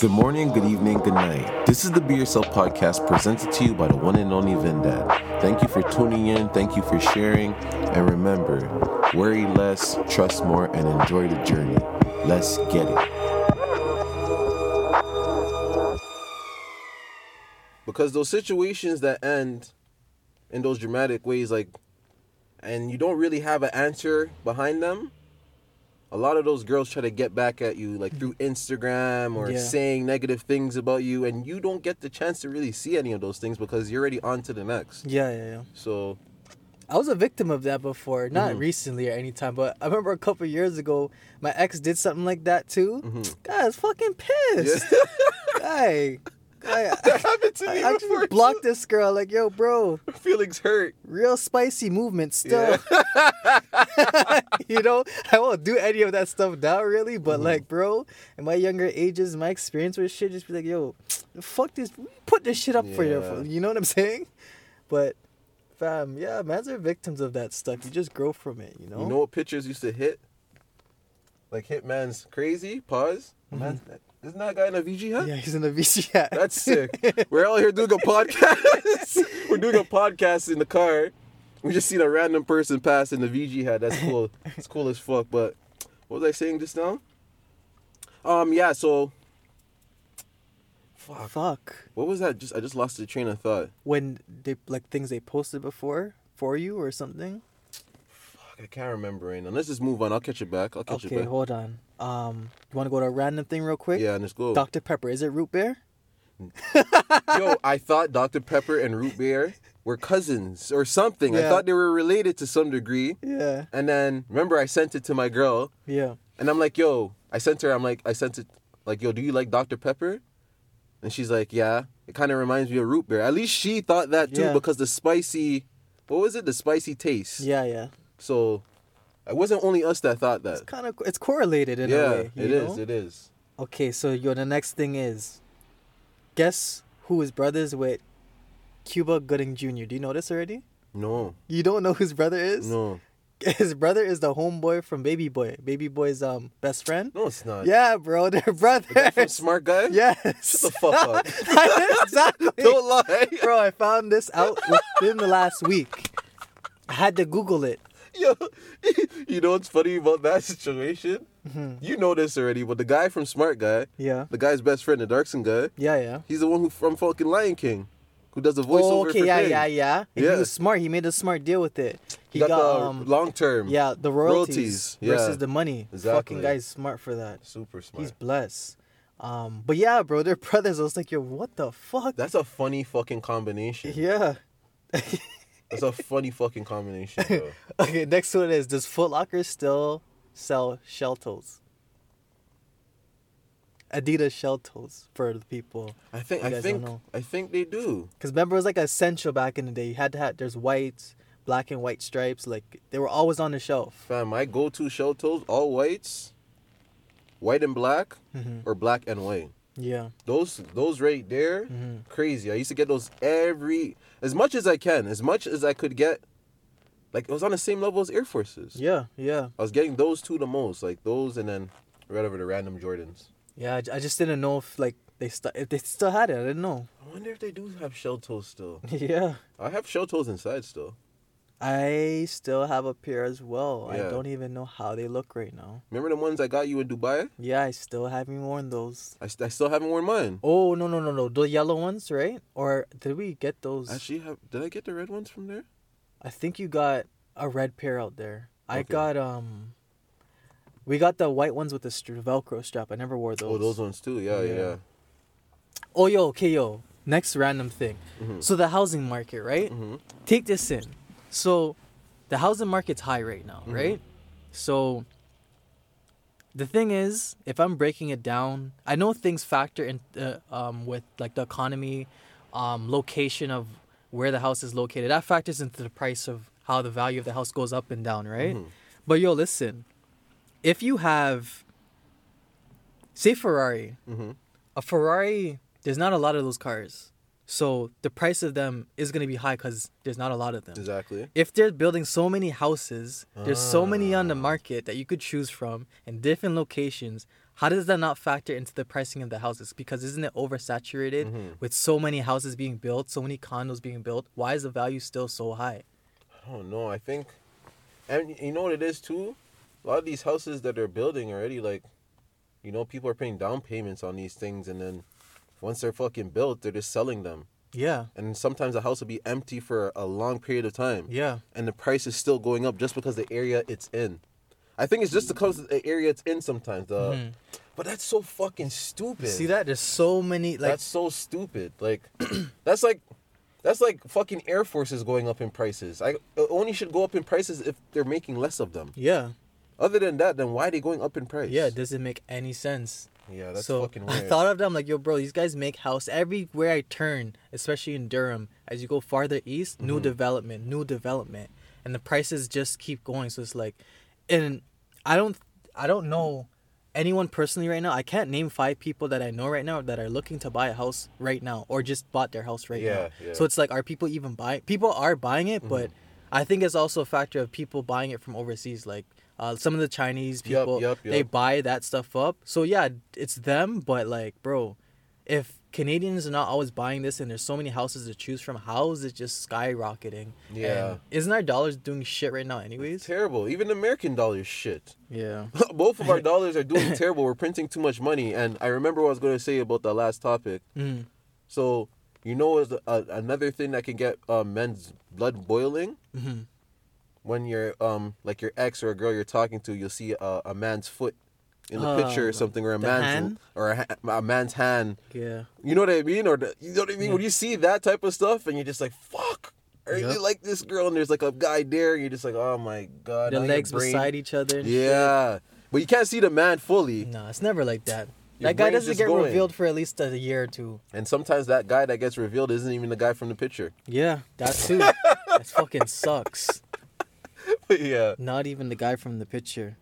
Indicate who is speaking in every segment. Speaker 1: Good morning, good evening, good night. This is the Be Yourself podcast presented to you by the one and only Vendad. Thank you for tuning in, thank you for sharing, and remember worry less, trust more, and enjoy the journey. Let's get it. Because those situations that end in those dramatic ways, like, and you don't really have an answer behind them, a lot of those girls try to get back at you like through Instagram or
Speaker 2: Yeah.
Speaker 1: saying negative things about you and you don't get the chance to really see any of those things because you're already on to the next.
Speaker 2: Yeah, yeah, yeah.
Speaker 1: So
Speaker 2: I was a victim of that before, not recently or any time, but I remember a couple years ago, my ex did something like that too. God, I was fucking pissed. Guy, guy,
Speaker 1: that happened to me
Speaker 2: I
Speaker 1: before.
Speaker 2: actually blocked this girl. Like, yo, bro,
Speaker 1: too. Feelings hurt.
Speaker 2: real spicy movement still. you know, I won't do any of that stuff now, really.
Speaker 1: Mm-hmm.
Speaker 2: But like, bro, in my younger ages, my experience with shit, just be like, yo, fuck this, put this shit up for you.
Speaker 1: Yeah.
Speaker 2: You know what I'm saying? But, fam, yeah, mans are victims of that stuff. You just grow from it, you know.
Speaker 1: You know what pictures used to hit? Like Hitman's crazy pause. Man, isn't that guy in a VG hut?
Speaker 2: Mm-hmm. yeah, he's in the VC. hat.
Speaker 1: That's sick. We're out here doing a podcast. We're doing a podcast in the car. We just seen a random person pass in the VG hat. That's cool. It's cool as fuck. But what was I saying just now? Um, yeah. So
Speaker 2: fuck.
Speaker 1: what was that? Just I just lost the train of thought.
Speaker 2: When they like things they posted before for you or something.
Speaker 1: Fuck, I can't remember right now. Let's just move on. I'll catch it back. I'll catch
Speaker 2: Okay,
Speaker 1: it back.
Speaker 2: hold on. Um, you want to go to a random thing real quick?
Speaker 1: Yeah, and let's go.
Speaker 2: Dr Pepper, is it root beer?
Speaker 1: Yo, I thought Dr Pepper and root beer were cousins or something. I
Speaker 2: Yeah.
Speaker 1: thought they were related to some degree.
Speaker 2: Yeah.
Speaker 1: And then remember, I sent it to my girl.
Speaker 2: Yeah.
Speaker 1: And I'm like, yo, I sent her, I'm like, I sent it, like, yo, do you like Dr. Pepper? And she's like, yeah. It kind of reminds me of root beer. At least she thought that too
Speaker 2: Yeah.
Speaker 1: because the spicy, what was it? The spicy taste.
Speaker 2: Yeah, yeah.
Speaker 1: So it wasn't only us that thought that.
Speaker 2: It's kind of it's correlated in
Speaker 1: yeah,
Speaker 2: a way. you
Speaker 1: it is.
Speaker 2: know?
Speaker 1: It is.
Speaker 2: Okay, so yo, the next thing is, guess who is brothers with Cuba Gooding Jr. Do you know this already?
Speaker 1: No,
Speaker 2: You don't know whose brother is?
Speaker 1: no,
Speaker 2: His brother is the homeboy from Baby Boy. Baby Boy's um best friend.
Speaker 1: no, it's not.
Speaker 2: Yeah, bro, they're brothers.
Speaker 1: From smart guy?
Speaker 2: yes.
Speaker 1: Shut the fuck up.
Speaker 2: exactly.
Speaker 1: Don't lie.
Speaker 2: Bro, I found this out within the last week. I had to Google it.
Speaker 1: Yo, you know what's funny about that situation? You know this already, but the guy from Smart Guy,
Speaker 2: Mm-hmm. Yeah.
Speaker 1: the guy's best friend, the Darkson guy,
Speaker 2: Yeah, yeah.
Speaker 1: He's the one who from fucking Lion King, who does the voiceover
Speaker 2: Oh, okay,
Speaker 1: for
Speaker 2: yeah,
Speaker 1: Pig.
Speaker 2: yeah, yeah, And
Speaker 1: Yeah.
Speaker 2: He was smart. He made a smart deal with it.
Speaker 1: He
Speaker 2: He
Speaker 1: got,
Speaker 2: got,
Speaker 1: the
Speaker 2: um,
Speaker 1: uh, long term.
Speaker 2: yeah, the royalties,
Speaker 1: royalties, yeah.
Speaker 2: versus the money.
Speaker 1: Exactly.
Speaker 2: Fucking guy's smart for that.
Speaker 1: super smart.
Speaker 2: He's blessed. Um, but yeah, bro, they're brothers. I was like, yo, what the fuck?
Speaker 1: That's a funny fucking combination.
Speaker 2: yeah.
Speaker 1: That's a funny fucking combination, bro.
Speaker 2: Okay, next one is Does Foot Locker still sell shell toes? Adidas shell toes for the people.
Speaker 1: I think
Speaker 2: You
Speaker 1: I
Speaker 2: guys don't
Speaker 1: think
Speaker 2: know.
Speaker 1: I think they do.
Speaker 2: Because remember, it was like essential back in the day. You had to have, there's white, black and white stripes. Like, they were always on the shelf.
Speaker 1: Fam, my go to shell toes, all whites, white and black,
Speaker 2: Mm-hmm.
Speaker 1: or black and white.
Speaker 2: Yeah.
Speaker 1: Those those right there,
Speaker 2: Mm-hmm.
Speaker 1: crazy. I used to get those every as much as I can, as much as I could get. Like it was on the same level as Air Forces.
Speaker 2: Yeah, yeah.
Speaker 1: I was getting those two the most, like those, and then whatever the random Jordans.
Speaker 2: Yeah, I, j- I just didn't know if like they st- if they still had it. I didn't know.
Speaker 1: I wonder if they do have shell toes still.
Speaker 2: yeah.
Speaker 1: I have shell toes inside still.
Speaker 2: I still have a pair as well.
Speaker 1: Yeah.
Speaker 2: I don't even know how they look right now.
Speaker 1: Remember the ones I got you in Dubai?
Speaker 2: Yeah, I still haven't worn those.
Speaker 1: I, st- I still haven't worn mine.
Speaker 2: Oh no no no no the yellow ones right? Or did we get those?
Speaker 1: Actually, have did I get the red ones from there?
Speaker 2: I think you got a red pair out there. I
Speaker 1: Okay.
Speaker 2: got um. We got the white ones with the str- Velcro strap. I never wore those.
Speaker 1: Oh, those ones too. Yeah, yeah.
Speaker 2: Yeah.
Speaker 1: yeah.
Speaker 2: Oh, yo, okay, yo. Next random thing.
Speaker 1: Mm-hmm.
Speaker 2: So the housing market, right? Take this in. So the housing market's high right now, right? So the thing is, if I'm breaking it down, I know things factor in uh, um, with like the economy, um, location of where the house is located. That factors into the price of how the value of the house goes up and down, right? But yo, listen, if you have, say Ferrari, a Ferrari, there's not a lot of those cars. So the price of them is going to be high because there's not a lot of them.
Speaker 1: Exactly.
Speaker 2: If they're building so Ah. many houses, there's so many on the market that you could choose from in different locations, How does that not factor into the pricing of the houses? Because isn't it oversaturated with so many houses being built, so many condos being built? Why is the value still so high?
Speaker 1: I don't know. I think, and you know what it is too. A lot of these houses that they're building already, like, you know, people are paying down payments on these things, and then once they're fucking built, they're just selling them.
Speaker 2: Yeah.
Speaker 1: And sometimes the house will be empty for a long period of time.
Speaker 2: Yeah.
Speaker 1: And the price is still going up just because the area it's in. I think it's just because of the area it's in sometimes. The, But that's so fucking stupid.
Speaker 2: See that? There's so many like
Speaker 1: that's so stupid. Like, that's like, that's like fucking air forces going up in prices. I it only should go up in prices if they're making less of them.
Speaker 2: Yeah.
Speaker 1: Other than that, then why are they going up in price?
Speaker 2: Yeah, it doesn't make any sense.
Speaker 1: yeah, that's
Speaker 2: so
Speaker 1: fucking
Speaker 2: I
Speaker 1: weird.
Speaker 2: thought of them like, yo, bro, these guys make house everywhere I turn, especially in Durham. As you go farther east,
Speaker 1: Mm-hmm.
Speaker 2: new development, new development, and the prices just keep going. So it's like, and I don't, I don't know anyone personally right now. I can't name five people that I know right now that are looking to buy a house right now or just bought their house right
Speaker 1: Yeah,
Speaker 2: now.
Speaker 1: yeah. Mm-hmm.
Speaker 2: So it's like, are people even buying? People are buying it, but I think it's also a factor of people buying it from overseas, like. Uh, some of the Chinese
Speaker 1: Yup,
Speaker 2: people
Speaker 1: yup,
Speaker 2: they
Speaker 1: yup.
Speaker 2: buy that stuff up. So yeah, it's them, but like, bro, if Canadians are not always buying this and there's so many houses to choose from, how is it just skyrocketing?
Speaker 1: Yeah.
Speaker 2: And isn't our dollars doing shit right now anyways?
Speaker 1: Terrible. Even the American dollar is shit.
Speaker 2: Yeah.
Speaker 1: both of our dollars are doing terrible. We're printing too much money, and I remember what I was going to say about the last topic.
Speaker 2: Mm.
Speaker 1: So you know, is uh, another thing that can get uh, men's blood boiling
Speaker 2: Mm-hmm.
Speaker 1: when you're um like your ex or a girl you're talking to, you'll see a, a man's foot in the picture or
Speaker 2: Oh,
Speaker 1: something, or a
Speaker 2: the
Speaker 1: man's
Speaker 2: hand?
Speaker 1: or a, ha- a man's hand.
Speaker 2: Yeah.
Speaker 1: You know what I mean? Or the, you know what I mean? When you see that type of stuff, and you're just like, fuck. Or
Speaker 2: Yep.
Speaker 1: you like this girl, and there's like a guy there, and you're just like, oh my god.
Speaker 2: The
Speaker 1: now your
Speaker 2: legs
Speaker 1: brain-
Speaker 2: beside each other. and
Speaker 1: yeah, but you can't see the man fully,
Speaker 2: shit. No, it's never like that.
Speaker 1: Your
Speaker 2: that guy
Speaker 1: brain's
Speaker 2: doesn't
Speaker 1: just
Speaker 2: get
Speaker 1: going.
Speaker 2: revealed for at least a year or two.
Speaker 1: and sometimes that guy that gets revealed isn't even the guy from the picture.
Speaker 2: Yeah, that too. that fucking sucks.
Speaker 1: yeah,
Speaker 2: Not even the guy from the picture.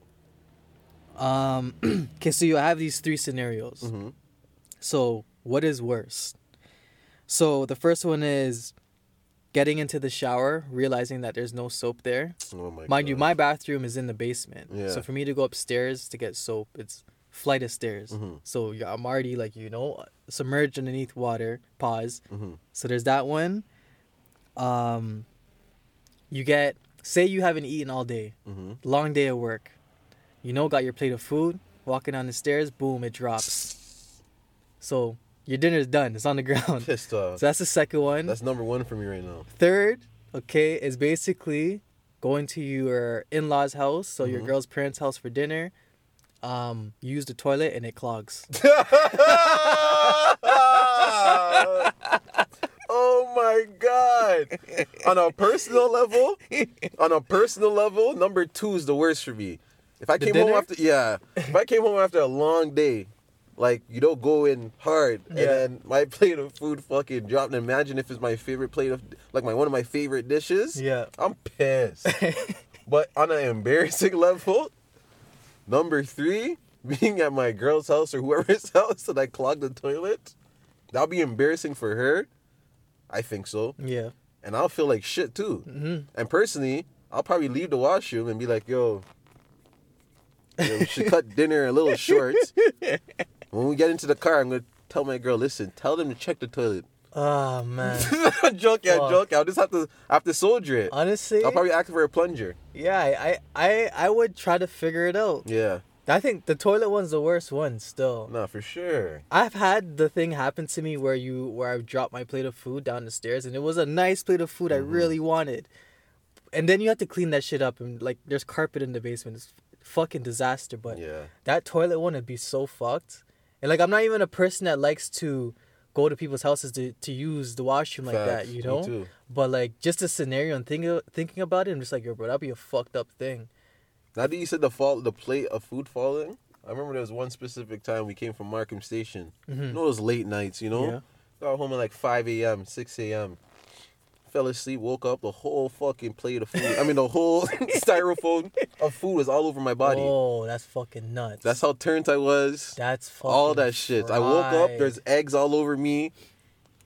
Speaker 2: Um, okay, so you have these three scenarios. So, what is worse? So, the first one is getting into the shower, realizing that there's no soap there.
Speaker 1: oh my
Speaker 2: Mind you,
Speaker 1: God.
Speaker 2: my bathroom is in the basement.
Speaker 1: Yeah.
Speaker 2: So, for me to go upstairs to get soap, it's flight of stairs.
Speaker 1: Mm-hmm.
Speaker 2: So, you're, I'm already like, you know, submerged underneath water. Pause.
Speaker 1: Mm-hmm.
Speaker 2: So, there's that one. Um, you get say you haven't eaten all day
Speaker 1: Mm-hmm.
Speaker 2: long day at work you know got your plate of food walking down the stairs boom it drops so your dinner's done it's on the ground so
Speaker 1: pissed off.
Speaker 2: that's the second one
Speaker 1: That's number one for me right now.
Speaker 2: third okay is basically going to your in-laws house so your girl's parents house for dinner um you use the toilet and it clogs
Speaker 1: oh my god! On a personal level, on a personal level, number two is the worst for me. If I
Speaker 2: The
Speaker 1: came home
Speaker 2: dinner?
Speaker 1: after yeah, if I came home after a long day, like you don't go in hard,
Speaker 2: Yeah.
Speaker 1: and then my plate of food fucking dropped. And imagine if it's my favorite plate of like my one of my favorite dishes.
Speaker 2: Yeah.
Speaker 1: I'm pissed. but on an embarrassing level, Number three, being at my girl's house or whoever's house and I clogged the toilet. That'll be embarrassing for her. I think so.
Speaker 2: yeah
Speaker 1: And I'll feel like shit too. Mm-hmm. And personally, I'll probably leave the washroom and be like, yo, yo, we should cut dinner a little short. when we get into the car, I'm going to tell my girl, listen, tell them to check the toilet.
Speaker 2: oh man
Speaker 1: joke, yeah,
Speaker 2: Fuck.
Speaker 1: joke. I'll just have to, I have to soldier it.
Speaker 2: honestly
Speaker 1: I'll probably act for a plunger.
Speaker 2: yeah I, I i i would try to figure it out
Speaker 1: Yeah.
Speaker 2: I think the toilet one's the worst one still.
Speaker 1: No, for sure.
Speaker 2: I've had the thing happen to me where you where I've dropped my plate of food down the stairs and it was a nice plate of food
Speaker 1: Mm-hmm.
Speaker 2: I really wanted. And then you have to clean that shit up and like there's carpet in the basement. It's fucking disaster, but
Speaker 1: Yeah.
Speaker 2: that toilet one would be so fucked. And like I'm not even a person that likes to go to people's houses to, to use the washroom like
Speaker 1: Facts,
Speaker 2: that, you
Speaker 1: me
Speaker 2: know?
Speaker 1: too.
Speaker 2: But like just the scenario and think, thinking about it, I'm just like, yo, bro, that'd be a fucked up thing.
Speaker 1: Now that you said the fall, the plate of food falling, I remember there was one specific time we came from Markham Station. You know those late nights, you know?
Speaker 2: Mm-hmm. Yeah.
Speaker 1: Got home at like 5 a.m., 6 a.m. Fell asleep, woke up, the whole fucking plate of food. I mean, the whole styrofoam of food was all over my body.
Speaker 2: Oh, that's fucking nuts.
Speaker 1: That's how turned I was.
Speaker 2: That's fucking
Speaker 1: all that shit. I woke up,
Speaker 2: fried.
Speaker 1: there's eggs all over me,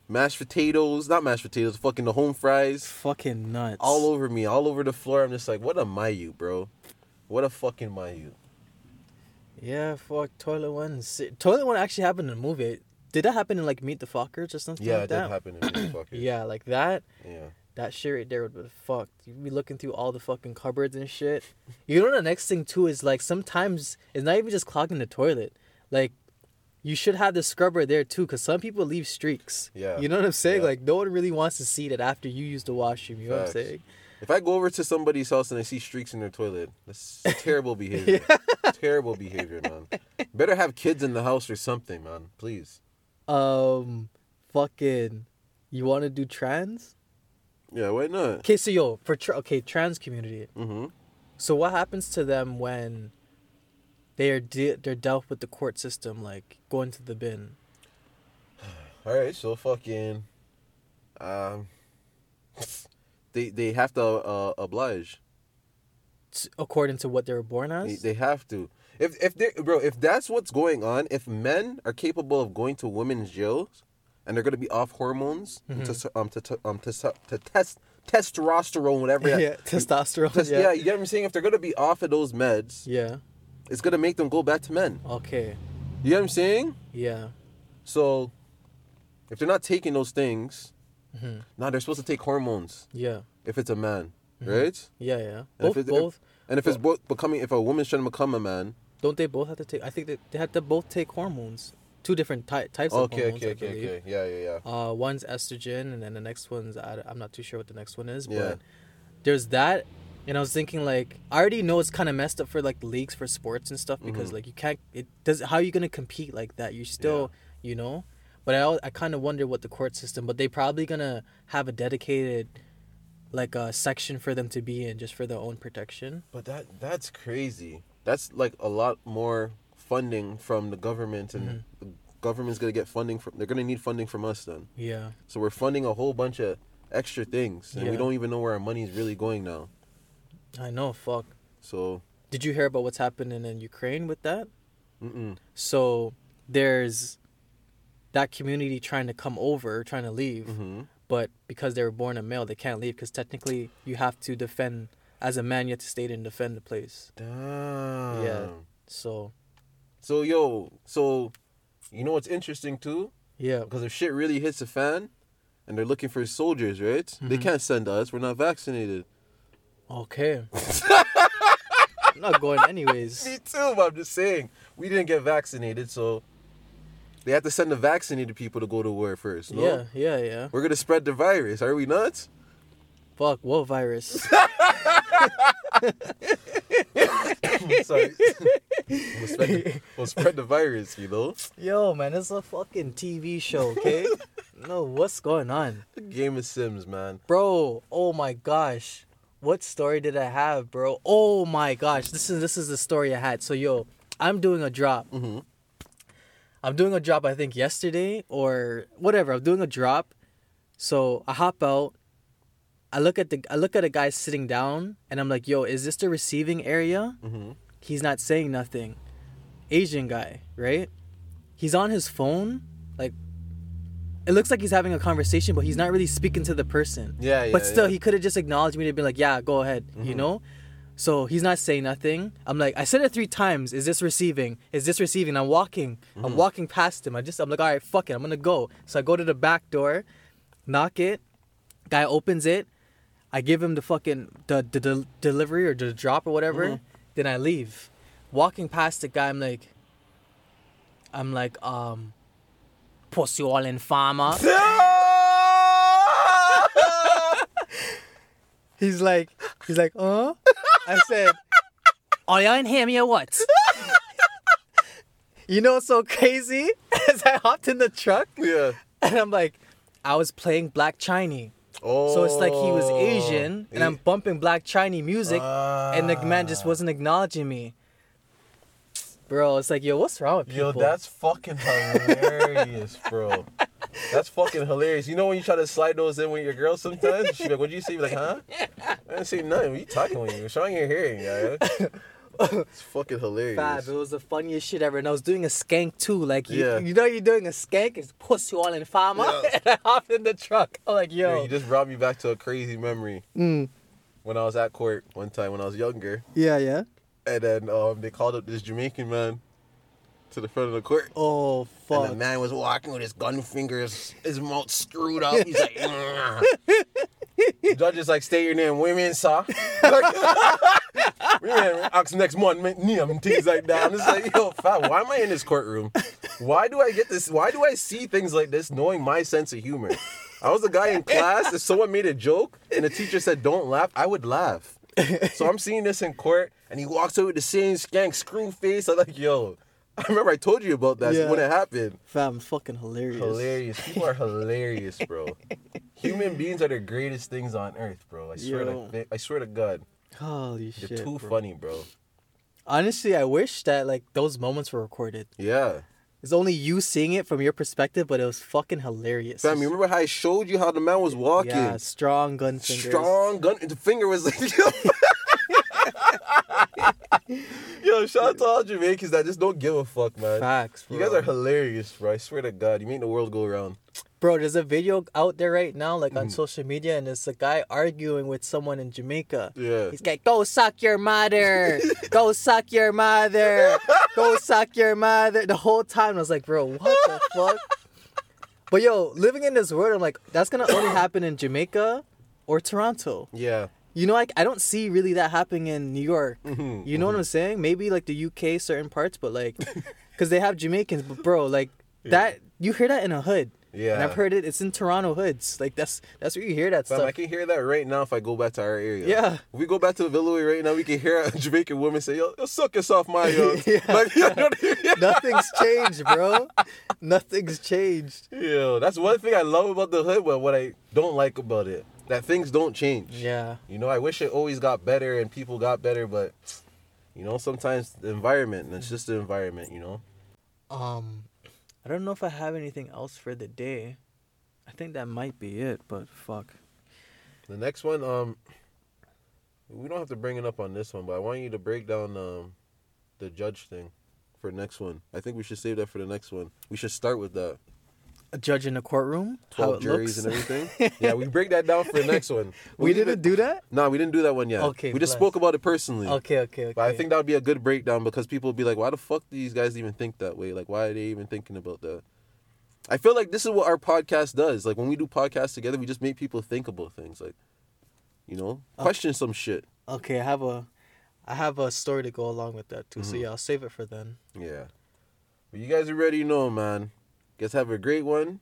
Speaker 1: mashed potatoes, not mashed potatoes, fucking the home fries,
Speaker 2: fucking nuts.
Speaker 1: all over me, all over the floor. I'm just like, what a Mayu, bro. What a fucking Mayu.
Speaker 2: Yeah, fuck toilet one. si- Toilet one actually happened in a movie. Did that happen in like Meet the Fockers or something
Speaker 1: Yeah,
Speaker 2: like
Speaker 1: it
Speaker 2: that?
Speaker 1: did happen in these fuckers.
Speaker 2: Yeah, like that.
Speaker 1: Yeah.
Speaker 2: That shit right there would be fucked. You'd be looking through all the fucking cupboards and shit. You know the next thing too is like sometimes it's not even just clogging the toilet. Like you should have the scrubber there too, cause some people leave streaks.
Speaker 1: Yeah.
Speaker 2: You know what I'm saying?
Speaker 1: Yeah.
Speaker 2: Like no one really wants to see that after you use the washroom. You know
Speaker 1: Facts.
Speaker 2: what I'm saying?
Speaker 1: If I go over to somebody's house and I see streaks in their toilet, that's terrible behavior. Terrible behavior, man. Better have kids in the house or something, man. Please.
Speaker 2: Um, fucking, you want to do trans?
Speaker 1: Yeah, why not?
Speaker 2: Okay, so yo, for tra- okay, trans community.
Speaker 1: Mm-hmm.
Speaker 2: So what happens to them when they are de- they're dealt with the court system, like going to the bin?
Speaker 1: All right, so fucking, um, they they have to uh, oblige.
Speaker 2: s- according to what they were born
Speaker 1: They,
Speaker 2: as.
Speaker 1: they have to. If if they bro, if that's what's going on, if men are capable of going to women's jails, and they're gonna be off hormones and
Speaker 2: Mm-hmm.
Speaker 1: to um to, to um to, su- to test testosterone whatever.
Speaker 2: yeah,
Speaker 1: that-
Speaker 2: testosterone.
Speaker 1: Test- yeah.
Speaker 2: yeah.
Speaker 1: you get what I'm saying. If they're gonna be off of those meds,
Speaker 2: Yeah.
Speaker 1: it's gonna make them go back to men.
Speaker 2: Okay.
Speaker 1: You get what I'm saying?
Speaker 2: Yeah.
Speaker 1: So, if they're not taking those things,
Speaker 2: Mm-hmm.
Speaker 1: now they're supposed to take hormones.
Speaker 2: Yeah.
Speaker 1: if it's a man, right?
Speaker 2: Yeah. Yeah.
Speaker 1: And if
Speaker 2: Mm-hmm. Both.
Speaker 1: it's-
Speaker 2: both.
Speaker 1: And if it's both becoming, if a woman's trying to become a man,
Speaker 2: Don't they both have to take? I think that they have to both take hormones. Two different ty- types of
Speaker 1: okay,
Speaker 2: hormones.
Speaker 1: okay,
Speaker 2: I
Speaker 1: okay,
Speaker 2: believe.
Speaker 1: okay, yeah, yeah, yeah.
Speaker 2: Uh, one's estrogen, and then the next one's I, I'm not too sure what the next one is,
Speaker 1: Yeah.
Speaker 2: but there's that. And I was thinking like I already know it's kind of messed up for like leagues for sports and stuff because like you can't it does how are you gonna compete like that? You still you know, but I al- I kind of wonder what the court system, but they probably gonna have a dedicated like a section for them to be in just for their own protection.
Speaker 1: But that that's crazy. That's like a lot more funding from the government, and the government's gonna get funding from. They're gonna need funding from us then.
Speaker 2: Yeah,
Speaker 1: So we're funding a whole bunch of extra things, and we
Speaker 2: Yeah.
Speaker 1: don't even know where our money's really going now.
Speaker 2: I know. Fuck.
Speaker 1: So,
Speaker 2: Did you hear about what's happening in Ukraine with that?
Speaker 1: mm-mm.
Speaker 2: So there's that community trying to come over, trying to leave,
Speaker 1: Mhm.
Speaker 2: but because they were born a male, they can't leave because technically you have to defend as a man. You have to stay there and defend the place.
Speaker 1: damn.
Speaker 2: So
Speaker 1: So yo, so you know what's interesting too?
Speaker 2: yeah,
Speaker 1: Because if shit really hits the fan and they're looking for soldiers, right? They can't send us. We're not vaccinated.
Speaker 2: okay. I'm not going anyways.
Speaker 1: Me too, but I'm just saying. We didn't get vaccinated, so they have to send the vaccinated people to go to war first, no?
Speaker 2: Yeah, yeah, yeah.
Speaker 1: We're going to spread the virus. Are we nuts?
Speaker 2: Fuck, what virus?
Speaker 1: Sorry. we'll, spread the, we'll spread the virus, you know?
Speaker 2: Yo, man, it's a fucking TV show, okay? no, what's going on?
Speaker 1: Game of Sims, man.
Speaker 2: bro oh my gosh what story did i have bro oh my gosh this is this is the story i had so yo i'm doing a drop
Speaker 1: Mhm.
Speaker 2: i'm doing a drop i think yesterday or whatever i'm doing a drop so i hop out i look at the i look at a guy sitting down and i'm like yo is this the receiving area
Speaker 1: Mm-hmm.
Speaker 2: he's not saying nothing. Asian guy, right? He's on his phone, like it looks like he's having a conversation, but he's not really speaking to the person.
Speaker 1: Yeah, yeah,
Speaker 2: But still,
Speaker 1: yeah. Mm-hmm.
Speaker 2: he could have just acknowledged me to be like, "Yeah, go ahead," you know. So he's not saying nothing. I'm like, I said it three times. Is this receiving? Is this receiving? I'm walking.
Speaker 1: Mm-hmm.
Speaker 2: I'm walking past him. I just, I'm like, all right, fuck it. I'm gonna go. So I go to the back door, knock it. Guy opens it. I give him the fucking the, the, the delivery or the drop or whatever. Then I leave. Walking past the guy, I'm like, I'm like, um, pussy all in farmer. He's like, he's like, huh? I said, are you in him or what? you know what's so crazy? As I hopped in the truck
Speaker 1: yeah.
Speaker 2: and I'm like, I was playing Black Chinese.
Speaker 1: Oh.
Speaker 2: So it's like he was Asian, and I'm bumping Black Chinese music, and the man
Speaker 1: Ah.
Speaker 2: just wasn't acknowledging me. Bro, it's like, yo, what's wrong with
Speaker 1: Yo,
Speaker 2: people?
Speaker 1: that's fucking hilarious, bro. That's fucking hilarious. You know when you try to slide those in with your girl sometimes? She's like, what'd you say? You're like, huh? I didn't say nothing. What you talking when you? Showing your hearing, guy. It's fucking hilarious.
Speaker 2: Fab, it was the funniest shit ever, and I was doing a skank too. Like, you,
Speaker 1: Yeah.
Speaker 2: you know, you're doing a skank, it's pussy all in farmer, and I hopped in the truck. I'm like,
Speaker 1: Yo,
Speaker 2: yo,
Speaker 1: you just brought me back to a crazy memory.
Speaker 2: Mm.
Speaker 1: When I was at court one time when I was younger,
Speaker 2: yeah, yeah,
Speaker 1: and then um, they called up this Jamaican man. to the front of the court.
Speaker 2: Oh
Speaker 1: And
Speaker 2: fuck.
Speaker 1: the man was walking with his gun fingers, his mouth screwed up. He's like, "Ugh." the judge is like, state your name, women, sir. women, ask next month, man, name, and things like that. I'm just like, yo, fam, why am I in this courtroom? Why do I get this? Why do I see things like this knowing my sense of humor? I was a guy in class, if someone made a joke and the teacher said, don't laugh, I would laugh. So I'm seeing this in court, and he walks over with the same skank screw face. I'm like, yo, I remember I told you about that
Speaker 2: Yeah.
Speaker 1: when it happened.
Speaker 2: Fam, fucking hilarious.
Speaker 1: Hilarious. People are hilarious, bro. Human beings are the greatest things on earth, bro. I swear
Speaker 2: Yo.
Speaker 1: to I swear to God.
Speaker 2: Holy
Speaker 1: You're
Speaker 2: shit.
Speaker 1: too
Speaker 2: bro.
Speaker 1: funny, bro.
Speaker 2: Honestly, I wish that like those moments were recorded.
Speaker 1: Yeah.
Speaker 2: It's only you seeing it from your perspective, but it was fucking hilarious.
Speaker 1: Fam, you remember how I showed you how the man was walking?
Speaker 2: yeah, strong gun fingers.
Speaker 1: Strong gun the finger was like yo. yo, shout out to all Jamaicans that just don't give a fuck, man.
Speaker 2: Facts, bro.
Speaker 1: You guys are hilarious, bro. I swear to God. You make the world go round.
Speaker 2: Bro, there's a video out there right now, like
Speaker 1: Mm.
Speaker 2: on social media, and it's a guy arguing with someone in Jamaica.
Speaker 1: Yeah.
Speaker 2: He's like, go suck your mother. go suck your mother. Go suck your mother. The whole time, I was like, bro, what the fuck? But yo, living in this world, I'm like, that's going to only happen in Jamaica or Toronto.
Speaker 1: Yeah.
Speaker 2: You know, like, I don't see really that happening in New York.
Speaker 1: Mm-hmm,
Speaker 2: you know what I'm saying? Maybe like the UK, certain parts, but like, because they have Jamaicans, but bro, like, that, you hear that in a hood. And
Speaker 1: Yeah.
Speaker 2: I've heard it, it's in Toronto hoods. Like, that's that's where you hear that
Speaker 1: Fam, I
Speaker 2: stuff.
Speaker 1: can hear that right now if I go back to our area.
Speaker 2: Yeah.
Speaker 1: If we go back to the Villaway right now, we can hear a Jamaican woman say, yo, yo suck yourself, my yo.
Speaker 2: Yeah.
Speaker 1: Like, yo, don't-
Speaker 2: Nothing's changed, bro. Nothing's changed.
Speaker 1: Yo, that's one thing I love about the hood, but what I don't like about it, that things don't change.
Speaker 2: Yeah.
Speaker 1: You know, I wish it always got better and people got better, but, you know, sometimes the environment, and it's just the environment, you know?
Speaker 2: Um, I don't know if I have anything else for the day. I think that might be it, but fuck.
Speaker 1: The next one, um, we don't have to bring it up on this one, but I want you to break down um, the judge thing for next one. I think we should save that for the next one. We should start with that.
Speaker 2: A judge in a courtroom? How
Speaker 1: 12
Speaker 2: it
Speaker 1: juries
Speaker 2: looks?
Speaker 1: and everything. yeah, we break that down for the next one.
Speaker 2: we didn't do that?
Speaker 1: No, we didn't do that one yet.
Speaker 2: Okay,
Speaker 1: We just
Speaker 2: bless.
Speaker 1: spoke about it personally.
Speaker 2: Okay, okay, okay.
Speaker 1: But I think that would be a good breakdown because people would be like, why the fuck do these guys even think that way? Like, why are they even thinking about that? I feel like this is what our podcast does. Like, when we do podcasts together, we just make people think about things. Like, you know, question some shit.
Speaker 2: Okay, I have a I have a story to go along with that too. So yeah, I'll save it for then.
Speaker 1: Yeah. But you guys already know, man. Guess have a great one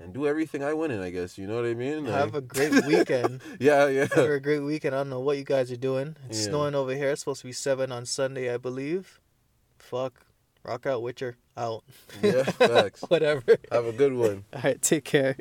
Speaker 1: and do everything I win in, I guess. You know what I mean?
Speaker 2: Have a
Speaker 1: Like,
Speaker 2: great weekend.
Speaker 1: yeah, yeah.
Speaker 2: Have a great weekend. I don't know what you guys are doing. It's
Speaker 1: Yeah.
Speaker 2: snowing over here. It's supposed to be seven on Sunday, I believe. Fuck. Rock out Witcher. Out.
Speaker 1: yeah, facts.
Speaker 2: Whatever.
Speaker 1: Have a good one.
Speaker 2: Alright, take care.